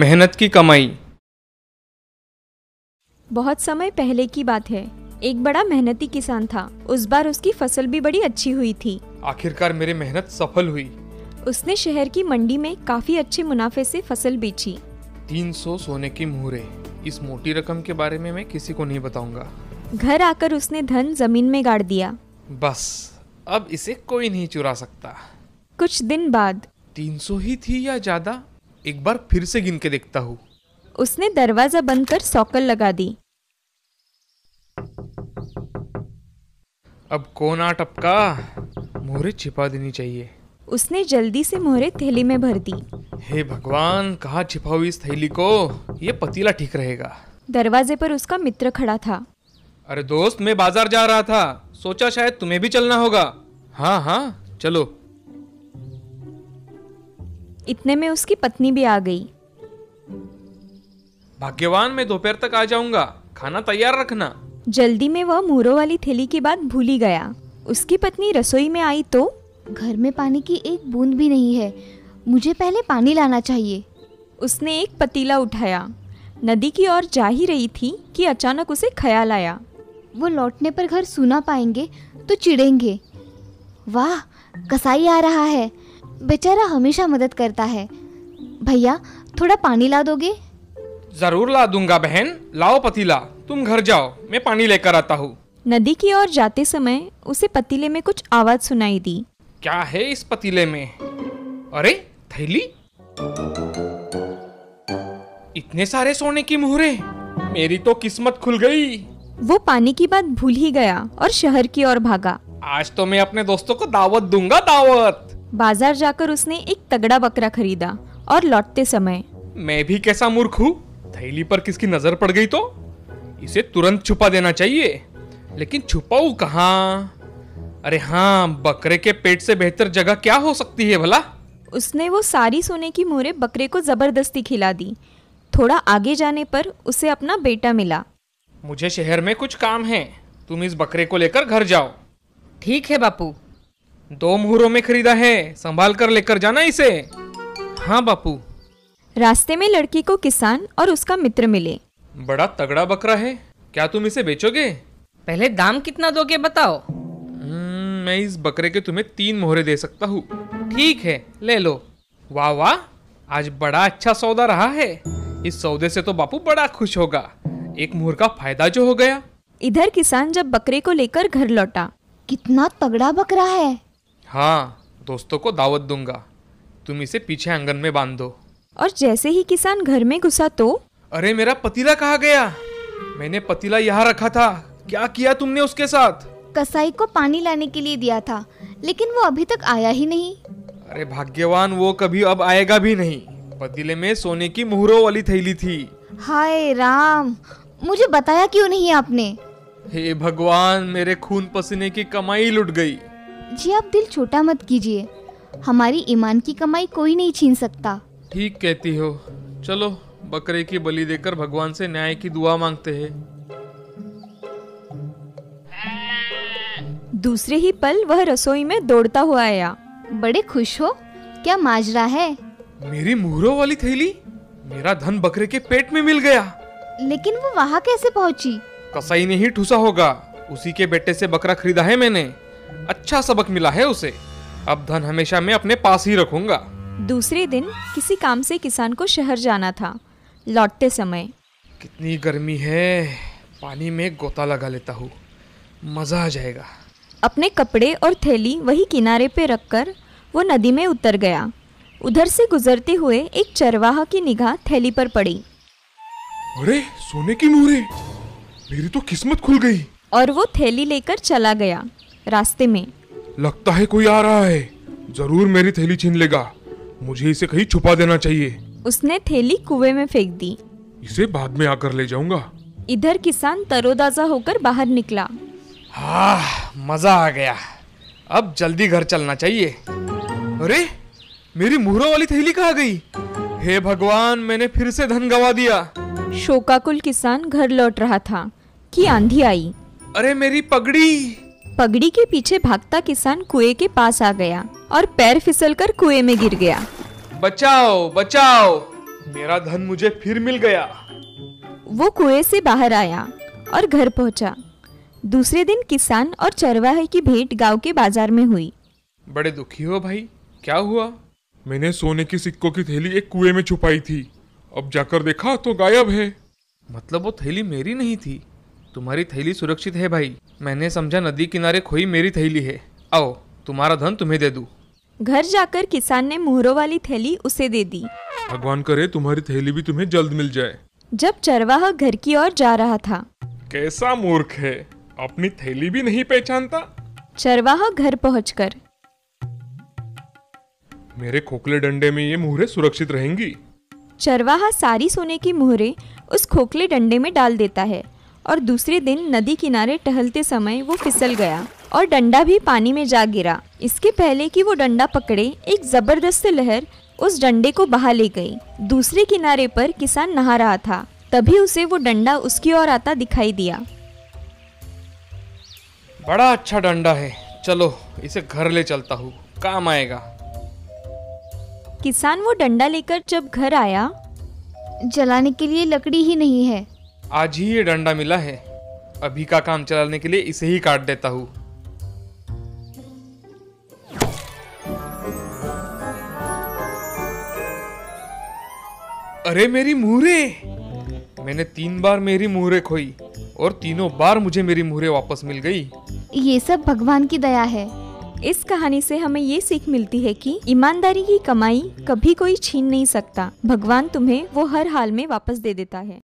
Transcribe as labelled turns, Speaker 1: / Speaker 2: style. Speaker 1: मेहनत की कमाई
Speaker 2: बहुत समय पहले की बात है एक बड़ा मेहनती किसान था उस बार उसकी फसल भी बड़ी अच्छी हुई थी
Speaker 1: आखिरकार मेरी मेहनत सफल हुई
Speaker 2: उसने शहर की मंडी में काफी अच्छे मुनाफे से फसल बेची
Speaker 1: 300 सोने की मुहरे इस मोटी रकम के बारे में मैं किसी को नहीं बताऊंगा
Speaker 2: घर आकर उसने धन जमीन में गाड़ दिया
Speaker 1: बस अब इसे कोई नहीं चुरा सकता
Speaker 2: कुछ दिन बाद
Speaker 1: 300 ही थी या ज्यादा एक बार फिर से गिन के देखता हूँ
Speaker 2: उसने दरवाजा बंद कर सौकल लगा दी
Speaker 1: अब कौन आ टपका मोहरे छिपा देनी चाहिए
Speaker 2: उसने जल्दी से मोहरे थैली में भर दी
Speaker 1: हे भगवान कहाँ छिपाऊ इस थैली को ये पतीला ठीक रहेगा
Speaker 2: दरवाजे पर उसका मित्र खड़ा था
Speaker 1: अरे दोस्त मैं बाजार जा रहा था सोचा शायद तुम्हें भी चलना होगा हाँ हाँ चलो
Speaker 2: इतने में उसकी पत्नी भी आ गई
Speaker 1: भाग्यवान मैं दोपहर तक आ जाऊंगा खाना तैयार रखना
Speaker 2: जल्दी में वह मोहरों वाली थैली की बात भूल ही गया उसकी पत्नी रसोई में आई तो
Speaker 3: घर में पानी की एक बूंद भी नहीं है मुझे पहले पानी लाना चाहिए
Speaker 2: उसने एक पतीला उठाया नदी की ओर जा ही रही थी कि अचानक उसे ख्याल आया
Speaker 3: वो लौटने पर घर सुना पाएंगे तो चिढ़ेंगे वाह कसाई आ रहा है बेचारा हमेशा मदद करता है भैया थोड़ा पानी ला दोगे
Speaker 1: जरूर ला दूंगा बहन लाओ पतीला तुम घर जाओ मैं पानी लेकर आता हूँ
Speaker 2: नदी की ओर जाते समय उसे पतीले में कुछ आवाज़ सुनाई दी
Speaker 1: क्या है इस पतीले में अरे थैली इतने सारे सोने की मुहरे मेरी तो किस्मत खुल गई
Speaker 2: वो पानी की बात भूल ही गया और शहर की ओर भागा
Speaker 1: आज तो मैं अपने दोस्तों को दावत दूंगा दावत
Speaker 2: बाजार जाकर उसने एक तगड़ा बकरा खरीदा और लौटते समय
Speaker 1: मैं भी कैसा मूर्ख हूँ थैली पर किसकी नजर पड़ गई तो इसे तुरंत छुपा देना चाहिए लेकिन छुपाऊ कहाँ अरे हाँ बकरे के पेट से बेहतर जगह क्या हो सकती है भला
Speaker 2: उसने वो सारी सोने की मोहरे बकरे को जबरदस्ती खिला दी थोड़ा आगे जाने पर उसे अपना बेटा मिला
Speaker 1: मुझे शहर में कुछ काम है तुम इस बकरे को लेकर घर जाओ
Speaker 4: ठीक है बापू
Speaker 1: दो मुहरों में खरीदा है संभाल कर लेकर जाना इसे हाँ बापू
Speaker 2: रास्ते में लड़की को किसान और उसका मित्र मिले
Speaker 1: बड़ा तगड़ा बकरा है क्या तुम इसे बेचोगे
Speaker 4: पहले दाम कितना दोगे बताओ
Speaker 1: हम्म, मैं इस बकरे के तुम्हें तीन मोहरे दे सकता हूँ ठीक है ले लो वाह वाह आज बड़ा अच्छा सौदा रहा है इस सौदे से तो बापू बड़ा खुश होगा एक मोहर का फायदा जो हो गया
Speaker 2: इधर किसान जब बकरे को लेकर घर लौटा
Speaker 3: कितना तगड़ा बकरा है
Speaker 1: हाँ दोस्तों को दावत दूंगा तुम इसे पीछे आंगन में बांध दो
Speaker 2: और जैसे ही किसान घर में घुसा तो
Speaker 1: अरे मेरा पतीला कहाँ गया मैंने पतीला यहाँ रखा था क्या किया तुमने उसके साथ
Speaker 3: कसाई को पानी लाने के लिए दिया था लेकिन वो अभी तक आया ही नहीं
Speaker 1: अरे भाग्यवान वो कभी अब आएगा भी नहीं पतीले में सोने की मुहरों वाली थैली थी
Speaker 3: हाय राम मुझे बताया क्यों नहीं आपने
Speaker 1: हे भगवान मेरे खून पसीने की कमाई लुट गई
Speaker 3: जी आप दिल छोटा मत कीजिए हमारी ईमान की कमाई कोई नहीं छीन सकता
Speaker 1: ठीक कहती हो चलो बकरे की बलि देकर भगवान से न्याय की दुआ मांगते हैं
Speaker 2: दूसरे ही पल वह रसोई में दौड़ता हुआ आया
Speaker 3: बड़े खुश हो क्या माजरा है
Speaker 1: मेरी मुहरों वाली थैली मेरा धन बकरे के पेट में मिल गया
Speaker 3: लेकिन वो वहाँ कैसे पहुँची
Speaker 1: कसाई ने ही ठूसा होगा उसी के बेटे से बकरा खरीदा है मैंने अच्छा सबक मिला है उसे अब धन हमेशा मैं अपने पास ही रखूंगा
Speaker 2: दूसरे दिन किसी काम से किसान को शहर जाना था लौटते समय
Speaker 1: कितनी गर्मी है पानी में गोता लगा लेता हूँ मजा आ जाएगा
Speaker 2: अपने कपड़े और थैली वही किनारे पे रखकर वो नदी में उतर गया उधर से गुजरते हुए एक चरवाहा की निगाह थैली पर पड़ी
Speaker 5: अरे सोने की मोहरे मेरी तो किस्मत खुल गई
Speaker 2: और वो थैली लेकर चला गया रास्ते में
Speaker 5: लगता है कोई आ रहा है जरूर मेरी थैली छीन लेगा मुझे इसे कहीं छुपा देना चाहिए
Speaker 2: उसने थैली कुएं में फेंक दी
Speaker 5: इसे बाद में आकर ले जाऊंगा
Speaker 2: इधर किसान तरोताज़ा होकर बाहर निकला
Speaker 1: हाँ मजा आ गया अब जल्दी घर चलना चाहिए अरे मेरी मुहरों वाली थैली कहाँ गई हे भगवान मैंने फिर से धन गवा दिया
Speaker 2: शोकाकुल किसान घर लौट रहा था कि आंधी आई
Speaker 1: अरे मेरी पगड़ी
Speaker 2: पगड़ी के पीछे भागता किसान कुएं के पास आ गया और पैर फिसलकर कुएं में गिर गया
Speaker 1: बचाओ बचाओ
Speaker 5: मेरा धन मुझे फिर मिल गया
Speaker 2: वो कुएं से बाहर आया और घर पहुंचा दूसरे दिन किसान और चरवाहे की भेंट गांव के बाजार में हुई
Speaker 1: बड़े दुखी हो भाई क्या हुआ
Speaker 5: मैंने सोने के सिक्कों की थैली एक कुएं में छुपाई थी अब जाकर देखा तो गायब है
Speaker 1: मतलब वो थैली मेरी नहीं थी तुम्हारी थैली सुरक्षित है भाई मैंने समझा नदी किनारे खोई मेरी थैली है आओ तुम्हारा धन तुम्हें दे दूँ
Speaker 2: घर जाकर किसान ने मोहरों वाली थैली उसे दे दी
Speaker 5: भगवान करे तुम्हारी थैली भी तुम्हें जल्द मिल जाए
Speaker 2: जब चरवाहा घर की ओर जा रहा था
Speaker 5: कैसा मूर्ख है अपनी थैली भी नहीं पहचानता
Speaker 2: चरवाहा घर पहुंचकर
Speaker 5: मेरे खोखले डंडे में ये मुहरे सुरक्षित रहेंगी
Speaker 2: चरवाहा सारी सोने की मोहरें उस खोखले डंडे में डाल देता है और दूसरे दिन नदी किनारे टहलते समय वो फिसल गया और डंडा भी पानी में जा गिरा इसके पहले कि वो डंडा पकड़े एक जबरदस्त लहर उस डंडे को बहा ले गई दूसरे किनारे पर किसान नहा रहा था तभी उसे वो डंडा उसकी ओर आता दिखाई दिया
Speaker 1: बड़ा अच्छा डंडा है चलो इसे घर ले चलता हूँ काम आएगा
Speaker 2: किसान वो डंडा लेकर जब घर आया
Speaker 3: जलाने के लिए लकड़ी ही नहीं है
Speaker 1: आज ही ये डंडा मिला है अभी का काम चलाने के लिए इसे ही काट देता हूँ अरे मेरी मुहरे मैंने तीन बार मेरी मुहरे खोई और तीनों बार मुझे मेरी मुहरे वापस मिल गई
Speaker 3: ये सब भगवान की दया है
Speaker 2: इस कहानी से हमें ये सीख मिलती है कि ईमानदारी की कमाई कभी कोई छीन नहीं सकता भगवान तुम्हें वो हर हाल में वापस दे देता है